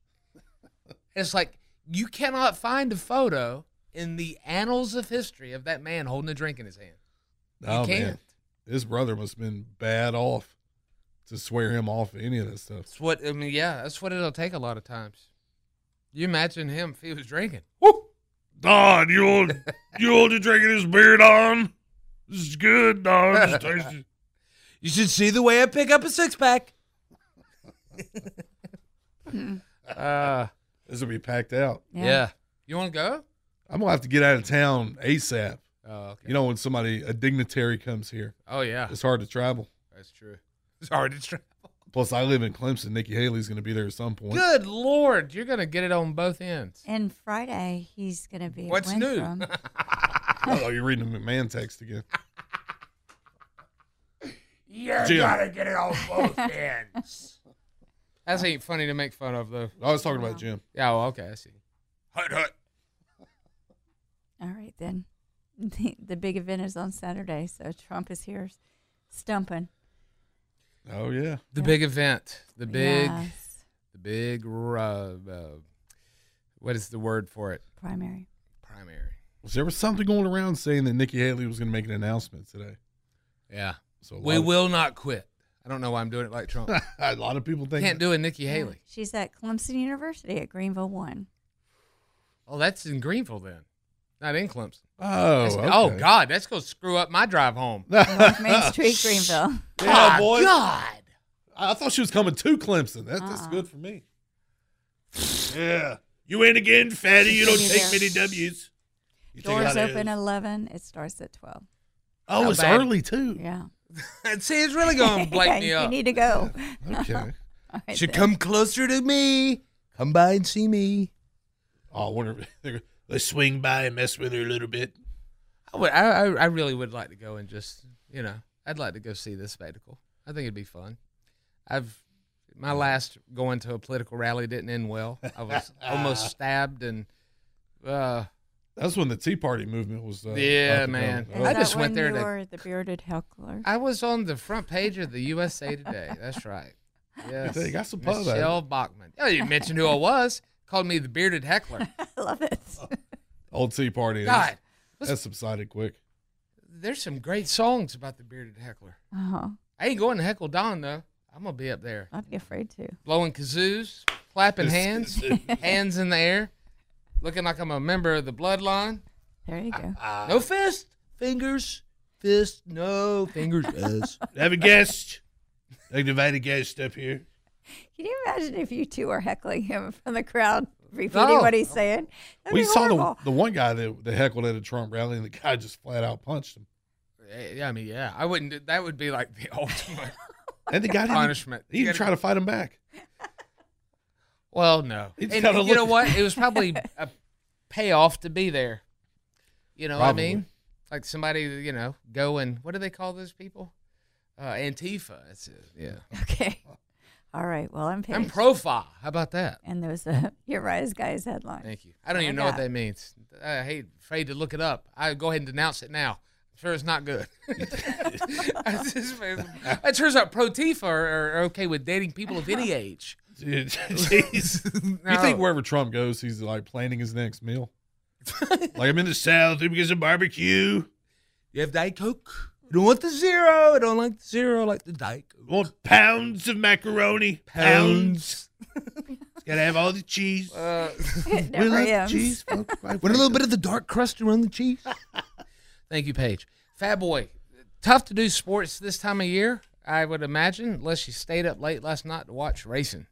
Speaker 4: it's like you cannot find a photo in the annals of history of that man holding a drink in his hand. You
Speaker 5: Oh,
Speaker 4: can't.
Speaker 5: man. His brother must have been bad off to swear him off of any of that stuff.
Speaker 4: That's what I mean. Yeah, that's what it'll take a lot of times. You imagine him if he was drinking. Woo!
Speaker 5: Don, you old, you old, you drinking this beer, Don? This is good, Don.
Speaker 4: This tastes- You should see the way I pick up a six pack. uh,
Speaker 5: This will be packed out.
Speaker 4: yeah. You want to go?
Speaker 5: I'm gonna have to get out of town ASAP.
Speaker 4: Oh, okay.
Speaker 5: You know, when somebody a dignitary comes here,
Speaker 4: oh yeah,
Speaker 5: it's hard to travel.
Speaker 4: that's true. It's hard to travel.
Speaker 5: Plus, I live in Clemson. Nikki Haley's gonna be there at some point.
Speaker 4: Good lord, you're gonna get it on both ends.
Speaker 6: And Friday he's going to be. at
Speaker 4: What's new?
Speaker 6: Winthrop.
Speaker 5: Oh, you're reading the McMahon text again.
Speaker 4: You're
Speaker 5: Jim. gotta
Speaker 4: get it on both ends. That's ain't funny to make fun of though.
Speaker 5: I was talking about Jim.
Speaker 4: Yeah, well, okay, I see.
Speaker 5: Hut hut.
Speaker 6: All right then. The, the big event is on Saturday, so Trump is here stumping.
Speaker 5: Oh yeah.
Speaker 4: The big event, the big,
Speaker 6: Yes.
Speaker 4: the big. Uh, uh, what is the word for it?
Speaker 6: primary.
Speaker 4: Primary.
Speaker 5: Was there was something going around saying that Nikki Haley was gonna make an announcement today?
Speaker 4: Yeah.
Speaker 5: So a
Speaker 4: We
Speaker 5: lot of-
Speaker 4: will not quit. I don't know why I'm doing it like Trump.
Speaker 5: a lot of people think
Speaker 4: Can't do it, Nikki Haley.
Speaker 6: She's at Clemson University at Greenville One.
Speaker 4: Oh, that's in Greenville then, not in Clemson.
Speaker 5: Oh,
Speaker 4: That's-
Speaker 5: okay.
Speaker 4: oh God, that's gonna screw up my drive home.
Speaker 6: North Main Street, Greenville.
Speaker 5: Yeah,
Speaker 4: Ah,
Speaker 5: boy.
Speaker 4: God.
Speaker 5: I thought she was coming to Clemson. That, That's good for me. Uh-uh. Yeah. You win again, fatty. You don't
Speaker 6: Yeah.
Speaker 5: take many W's. You take a
Speaker 6: Doors
Speaker 5: lot of
Speaker 6: open
Speaker 5: L's.
Speaker 6: eleven. It starts at twelve.
Speaker 5: Oh,
Speaker 4: Not
Speaker 5: it's
Speaker 4: bad.
Speaker 5: early, too.
Speaker 6: Yeah.
Speaker 4: See, it's really gonna blake
Speaker 6: yeah,
Speaker 4: me
Speaker 6: you
Speaker 4: up.
Speaker 6: need to go.
Speaker 5: Okay.
Speaker 6: All right,
Speaker 4: Should
Speaker 6: then.
Speaker 4: come closer to me. Come by and see me.
Speaker 5: oh, I wonder if they're, they swing by and mess with her a little bit.
Speaker 4: I would. I, I I really would like to go and just you know. I'd like to go see this spectacle. I think it'd be fun. I've my last going to a political rally didn't end well. I was almost stabbed and uh
Speaker 5: That's when the Tea Party movement was. Uh,
Speaker 4: Yeah,
Speaker 5: up and
Speaker 4: man.
Speaker 5: coming.
Speaker 6: Is
Speaker 4: I
Speaker 6: that
Speaker 4: just went
Speaker 6: when
Speaker 4: there
Speaker 6: you
Speaker 4: to-
Speaker 6: were the bearded heckler.
Speaker 4: I was on the front page of the USA Today. That's right. Yes.
Speaker 5: thing, I suppose I-
Speaker 4: Michelle Bachman. Oh, you mentioned who I was. Called me the bearded heckler.
Speaker 6: I love it.
Speaker 5: Oh. Old Tea Party.
Speaker 4: God,
Speaker 5: That's, that subsided quick.
Speaker 4: there's some great songs about the bearded heckler.
Speaker 6: Oh,
Speaker 4: I ain't going to heckle Don though. I'm gonna be up there
Speaker 6: I'd be afraid to.
Speaker 4: blowing kazoos, clapping hands, hands in the air, looking like I'm a member of the bloodline.
Speaker 6: There you go.
Speaker 4: No fist, fingers, fist, no fingers. Yes.
Speaker 5: Have a guest. Like invite a guest up here.
Speaker 6: Can you imagine if you two are heckling him from the crowd, repeating
Speaker 4: No.
Speaker 6: what he's saying? That'd
Speaker 5: we
Speaker 6: be
Speaker 5: saw the,
Speaker 6: horrible.
Speaker 5: the one guy that, that heckled at a Trump rally, and the guy just flat out punched him.
Speaker 4: yeah, I mean, yeah, I wouldn't. do- That would be like the ultimate.
Speaker 5: And the guy didn't,
Speaker 4: Punishment.
Speaker 5: He didn't
Speaker 4: You gotta-
Speaker 5: try to fight him back.
Speaker 4: Well, no.
Speaker 5: It's
Speaker 4: And
Speaker 5: gotta
Speaker 4: you know
Speaker 5: look-
Speaker 4: what? It was probably a payoff to be there. You know
Speaker 5: Probably.
Speaker 4: what I mean? Like somebody, you know, go and what do they call those people? Uh, Antifa. That's it. Yeah.
Speaker 6: Okay. All right. Well, I'm
Speaker 4: And
Speaker 6: paged.
Speaker 4: profile. How about that?
Speaker 6: And there's a your rise guys headline.
Speaker 4: Thank you. I don't even know what that means. I hate afraid to look it up. I go ahead and denounce it now. I'm sure it's not good. it turns out pro Tifa are, are okay with dating people of any age.
Speaker 5: Jeez. You
Speaker 4: No.
Speaker 5: think wherever Trump goes, he's like planning his next meal? like I'm in the South, we get some barbecue.
Speaker 4: You have Diet Coke? I don't want the zero. I don't like the zero. I like the dike.
Speaker 9: Want pounds of macaroni?
Speaker 4: Pounds.
Speaker 9: It's gotta have all the cheese.
Speaker 4: Uh.
Speaker 6: Never ends.
Speaker 9: cheese. Well, I-
Speaker 4: With a little bit of the dark crust around the cheese. Thank you, Paige. Fat boy, tough to do sports this time of year, I would imagine, unless you stayed up late last night to watch racing.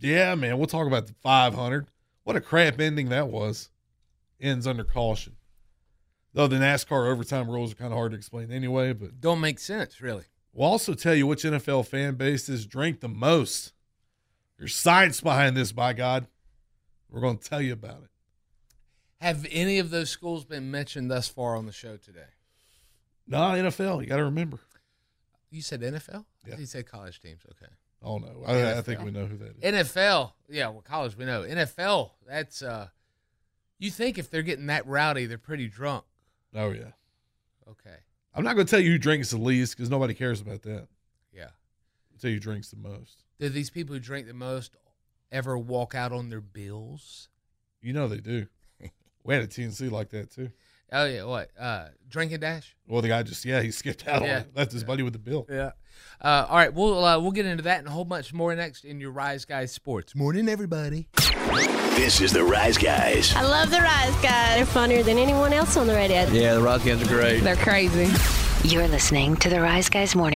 Speaker 5: Yeah, man. We'll talk about the 500. What a crap ending that was. Ends under caution. Though the NASCAR overtime rules are kind of hard to explain anyway, but
Speaker 4: Don't make sense, really.
Speaker 5: We'll also tell you which NFL fan bases drink the most. There's science behind this, by God. We're going to tell you about it.
Speaker 4: Have any of those schools been mentioned thus far on the show today?
Speaker 5: Nah, NFL, you got to remember.
Speaker 4: You said NFL?
Speaker 5: Yeah.
Speaker 4: You said college teams. Okay.
Speaker 5: Oh, no. I, I think we know who that is.
Speaker 4: NFL. Yeah, well, college we know. NFL, that's uh you think if they're getting that rowdy, they're pretty drunk.
Speaker 5: Oh, yeah.
Speaker 4: Okay.
Speaker 5: I'm not going to tell you who drinks the least because nobody cares about that.
Speaker 4: Yeah.
Speaker 5: I'll tell you who drinks the most.
Speaker 4: Do these people who drink the most ever walk out on their bills?
Speaker 5: You know they do. We had a TNC like that, too.
Speaker 4: Oh yeah, what? Uh drink and dash?
Speaker 5: Well, the guy just, yeah, he skipped out on
Speaker 4: Yeah.
Speaker 5: it. Left his buddy with the bill.
Speaker 4: Yeah. Uh, all right, we'll uh, we'll get into that and a whole bunch more next in your Rise Guys Sports. Morning everybody.
Speaker 2: This is the Rise Guys.
Speaker 3: I love the Rise Guys.
Speaker 10: They're funnier than anyone else on the radio.
Speaker 8: Yeah, the Rise Guys are great.
Speaker 10: They're crazy.
Speaker 7: You're listening to the Rise Guys Morning.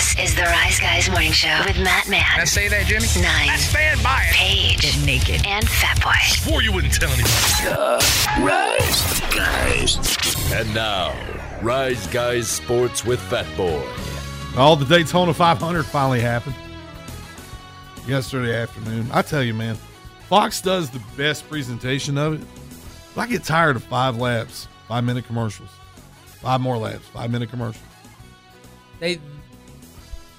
Speaker 7: is the Rise Guys Morning Show with Matt Man. Can I
Speaker 4: say that, Jimmy?
Speaker 7: Nine. I
Speaker 11: stand by it.
Speaker 7: Paige. Get naked. And Fatboy.
Speaker 9: Swore you wouldn't tell anyone.
Speaker 8: Rise Guys. And now, Rise Guys Sports with Fat Boy.
Speaker 5: All the Daytona 500 finally happened yesterday afternoon. I tell you, man, Fox does the best presentation of it. But I get tired of five laps, five minute commercials, five more laps, five minute commercials.
Speaker 4: They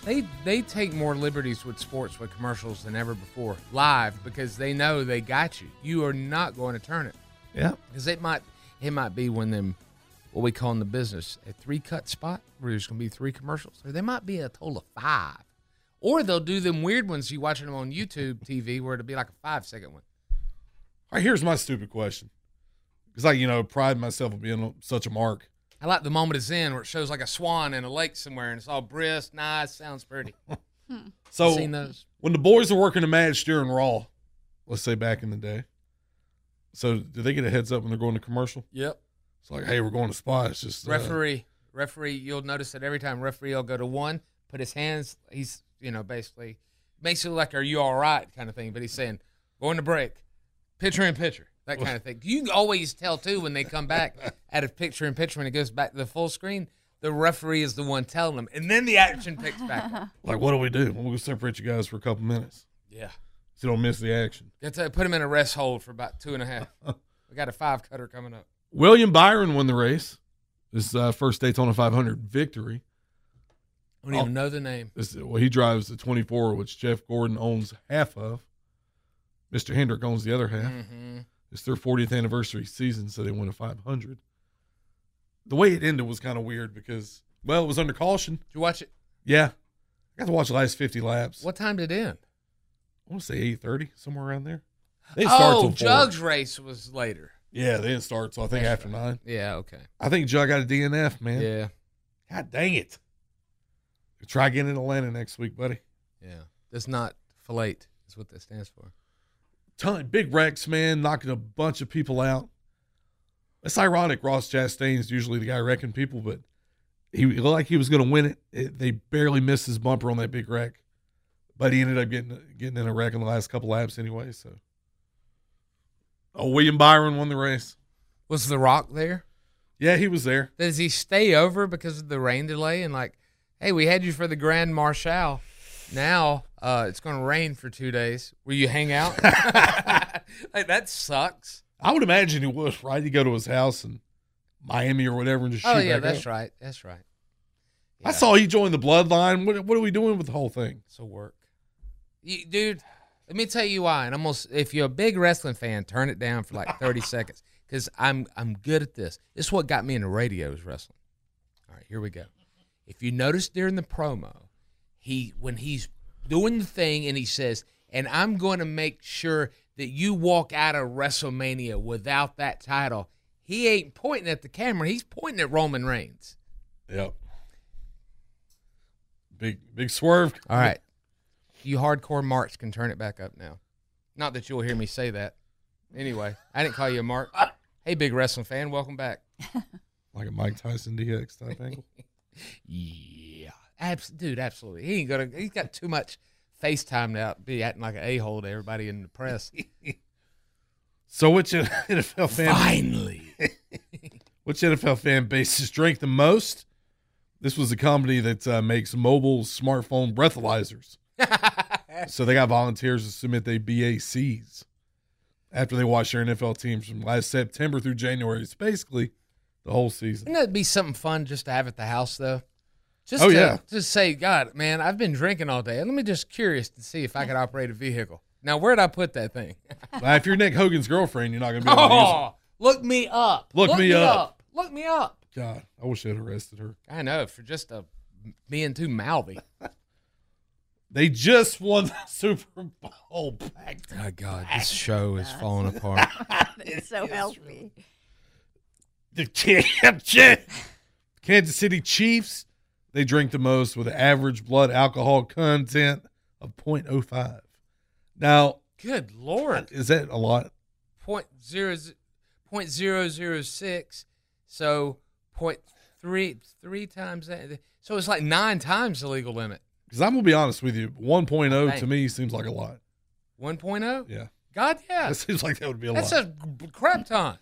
Speaker 4: they they take more liberties with sports with commercials than ever before live because they know they got you. You are not going to turn it.
Speaker 5: Yeah.
Speaker 4: because it might it might be when them what we call in the business a three cut spot where there's going to be three commercials, or there might be a total of five, or they'll do them weird ones. You watching them on YouTube TV where it'll be like a five second one.
Speaker 5: All right, here's my stupid question. Because I, you know, pride myself on being such a mark.
Speaker 4: I like the moment it's in where it shows like a swan in a lake somewhere and it's all brisk, nice, sounds pretty.
Speaker 5: So
Speaker 4: seen those.
Speaker 5: when the boys are working a match during Raw, let's say back in the day, so do they get a heads up when they're going to commercial?
Speaker 4: Yep.
Speaker 5: It's like, hey, we're going to spot. It's just uh,
Speaker 4: Referee, referee, you'll notice that every time referee will go to one, put his hands, he's, you know, basically makes it look like, are you all right kind of thing. But he's saying, going to break, picture in picture, that kind of thing. You can always tell, too, when they come back out of picture in picture, when it goes back to the full screen, the referee is the one telling them. And then the action picks back up.
Speaker 5: Like, what do we do? Well, we'll separate you guys for a couple minutes
Speaker 4: Yeah.
Speaker 5: so you don't miss the action.
Speaker 4: That's it. Put him in a rest hold for about two and a half. we got a five cutter coming up.
Speaker 5: William Byron won the race. His uh, first Daytona 500 victory.
Speaker 4: I don't
Speaker 5: Oh.
Speaker 4: even know the name.
Speaker 5: This, well, he drives the 24, which Jeff Gordon owns half of. Mr. Hendrick owns the other half.
Speaker 4: Mhm.
Speaker 5: It's their 40th anniversary season, so they won a 500. the way it ended was kind of weird because well, it was under caution. Did
Speaker 4: you watch it?
Speaker 5: Yeah, I got to watch the last fifty laps.
Speaker 4: What time did it end?
Speaker 5: I want to say eight thirty somewhere around there. They didn't start
Speaker 4: Oh,
Speaker 5: till four.
Speaker 4: Jug's race was later.
Speaker 5: Yeah, they didn't start till I think
Speaker 4: That's
Speaker 5: after nine.
Speaker 4: Yeah, okay.
Speaker 5: I think Jug got a DNF, man.
Speaker 4: Yeah.
Speaker 5: God dang it. Try again in Atlanta next week, buddy.
Speaker 4: Yeah. That's not fellate. That's what that stands for.
Speaker 5: Ton big wrecks, man, knocking a bunch of people out. It's ironic. Ross Chastain's usually the guy wrecking people, but he looked like he was going to win it. It- They barely missed his bumper on that big wreck, but he ended up getting getting in a wreck in the last couple laps anyway. So, oh, William Byron won the race.
Speaker 4: Was The Rock there?
Speaker 5: Yeah, he was there.
Speaker 4: Does he stay over because of the rain delay and like, hey, we had you for the Grand Marshal. Now uh, it's going to rain for two days. Will you hang out? like that sucks.
Speaker 5: I would imagine he was right. He would go to his house in Miami or whatever and just shoot
Speaker 4: oh yeah,
Speaker 5: back
Speaker 4: that's
Speaker 5: up.
Speaker 4: right. That's right.
Speaker 5: I saw he joined the bloodline. What, what are we doing with the whole thing?
Speaker 4: So work. You, dude, let me tell you why. And I'm gonna, s- if you're a big wrestling fan, turn it down for like 30 seconds because I'm I'm good at this. This is what got me into radio is wrestling. All right, here we go. If you notice during the promo, he when he's doing the thing and he says, "And I'm going to make sure that you walk out of WrestleMania without that title." He ain't pointing at the camera. He's pointing at Roman Reigns.
Speaker 5: Yep. Big big swerve.
Speaker 4: All right. You hardcore marks can turn it back up now. Not that you'll hear me say that. Anyway, I didn't call you a mark. Hey, big wrestling fan, welcome back.
Speaker 5: Like a Mike Tyson DX type angle.
Speaker 4: Yeah. Abs- dude, absolutely. He ain't gonna. He's got too much FaceTime to out- be acting like an a hole to everybody in the press.
Speaker 5: So which NFL fan
Speaker 4: Finally.
Speaker 5: which NFL fan bases drink the most? This was a company that uh, makes mobile smartphone breathalyzers. so they got volunteers to submit their BACs after they watch their NFL teams from last September through January. It's basically the whole season.
Speaker 4: Wouldn't that be something fun just to have at the house though? Just
Speaker 5: Oh,
Speaker 4: to,
Speaker 5: yeah.
Speaker 4: Just say, God, man, I've been drinking all day. Let me just curious to see if I could operate a vehicle. Now, where'd I put that thing?
Speaker 5: Now, if you're Nick Hogan's girlfriend, you're not going to be able to use it.
Speaker 4: Oh, look me up.
Speaker 5: Look me up.
Speaker 4: Look me up.
Speaker 5: God, I wish I'd arrested her.
Speaker 4: I know for just a being too mouthy.
Speaker 5: They just won the Super Bowl back.
Speaker 4: Oh God, this show is falling apart.
Speaker 6: it's so healthy.
Speaker 5: The Kansas- Kansas City Chiefs, they drink the most with an average blood alcohol content of 0.05. Now,
Speaker 4: Good lord,
Speaker 5: is that a lot?
Speaker 4: point zero z- point zero zero six, so point three three times that. So it's like nine times the legal limit.
Speaker 5: Because I'm going to be honest with you, 1.0 to
Speaker 4: Dang.
Speaker 5: me seems like a lot.
Speaker 4: One point oh.
Speaker 5: Yeah.
Speaker 4: God, yeah.
Speaker 5: That seems like that would be a
Speaker 4: That's
Speaker 5: lot.
Speaker 4: a b- crap ton.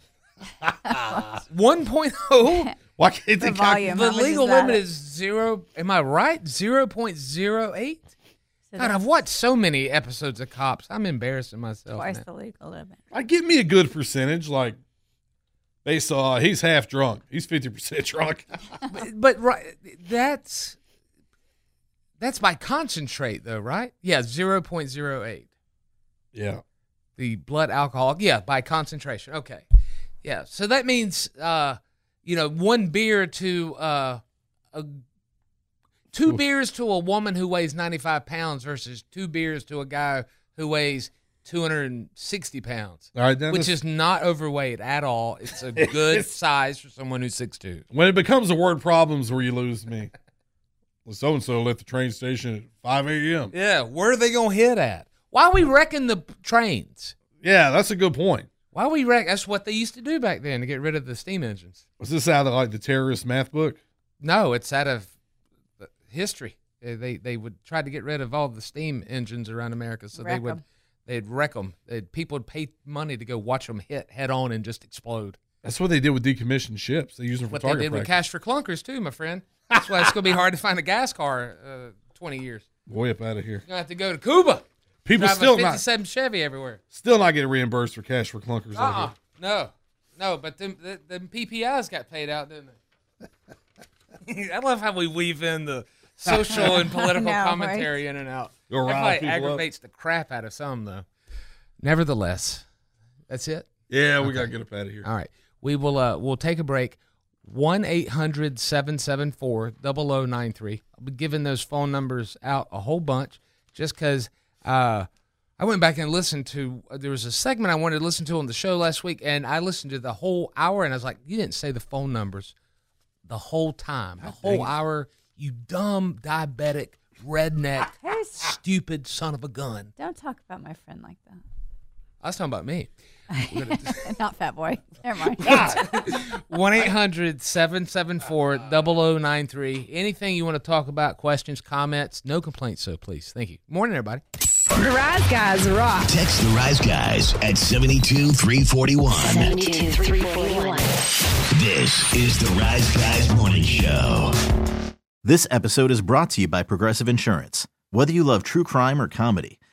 Speaker 4: 1.0.
Speaker 5: Why can't
Speaker 6: The they calculate- volume,
Speaker 4: The
Speaker 6: how much
Speaker 4: legal
Speaker 6: is that?
Speaker 4: limit is zero. Am I right? 0.08? God, I've watched so many episodes of Cops. I'm embarrassing myself.
Speaker 6: Twice
Speaker 4: now.
Speaker 6: the legal limit.
Speaker 5: I give me a good percentage, like based on he's half drunk, he's 50% drunk.
Speaker 4: But, but right, that's that's by concentrate though, right? Yeah, 0.08.
Speaker 5: yeah.
Speaker 4: The blood alcohol. Yeah, by concentration. Okay. Yeah. So that means uh, you know, one beer to uh a two beers to a woman who weighs 95 pounds versus two beers to a guy who weighs 260 pounds.
Speaker 5: All right, then
Speaker 4: which
Speaker 5: this-
Speaker 4: is not overweight at all. It's a good size for someone who's 6'2.
Speaker 5: When it becomes a word problems where you lose me, well, so and so left the train station at 5 a.m.
Speaker 4: Yeah, where are they gonna hit at? Why we wrecking the p- trains?
Speaker 5: Yeah, that's a good point.
Speaker 4: Why we wreck? That's what they used to do back then to get rid of the steam engines.
Speaker 5: Was this out of like the terrorist math book?
Speaker 4: No, it's out of uh, history. They they, they would try to get rid of all the steam engines around America, so they
Speaker 6: Wreck
Speaker 4: would
Speaker 6: 'em.
Speaker 4: they'd wreck them. They'd, people would pay money to go watch them hit head on and just explode.
Speaker 5: That's what they did with decommissioned ships. They used them for
Speaker 4: What they
Speaker 5: target
Speaker 4: did with
Speaker 5: practice.
Speaker 4: cash for clunkers too, my friend. That's why it's gonna be hard to find a gas car uh, twenty years.
Speaker 5: Way up out of here.
Speaker 4: You're gonna have to go to Cuba.
Speaker 5: People
Speaker 4: drive
Speaker 5: still
Speaker 4: a
Speaker 5: not-
Speaker 4: 57 Chevy everywhere.
Speaker 5: Still not getting reimbursed for cash for clunkers. out
Speaker 4: Uh-uh.
Speaker 5: here.
Speaker 4: No, no, but them, the, them PPIs got paid out, didn't they? I love how we weave in the social and political
Speaker 9: I know, right?
Speaker 4: commentary in and out.
Speaker 9: Go rile
Speaker 4: that probably
Speaker 9: people up.
Speaker 4: aggravates the crap out of some, though. Nevertheless, that's it.
Speaker 5: Yeah, we gotta get up out of here.
Speaker 4: All right, we will. Uh, we'll take a break. 1 800 774 0093. I'll be giving those phone numbers out a whole bunch just because uh, I went back and listened to, uh, there was a segment I wanted to listen to on the show last week, and I listened to the whole hour, and I was like, you didn't say the phone numbers the whole time, the
Speaker 5: dang
Speaker 4: whole
Speaker 5: it.
Speaker 4: hour, you dumb, diabetic, redneck, stupid son of a gun.
Speaker 6: Don't talk about my friend like that.
Speaker 4: I was talking about me.
Speaker 6: Not fat boy. Never mind.
Speaker 4: 1 800 774 0093. Anything you want to talk about, questions, comments, no complaints, so please. Thank you. Morning, everybody.
Speaker 2: The Rise Guys rock. Text the Rise Guys at 72341.
Speaker 7: 72341.
Speaker 2: This is the Rise Guys Morning Show.
Speaker 12: This episode is brought to you by Progressive Insurance. Whether you love true crime or comedy,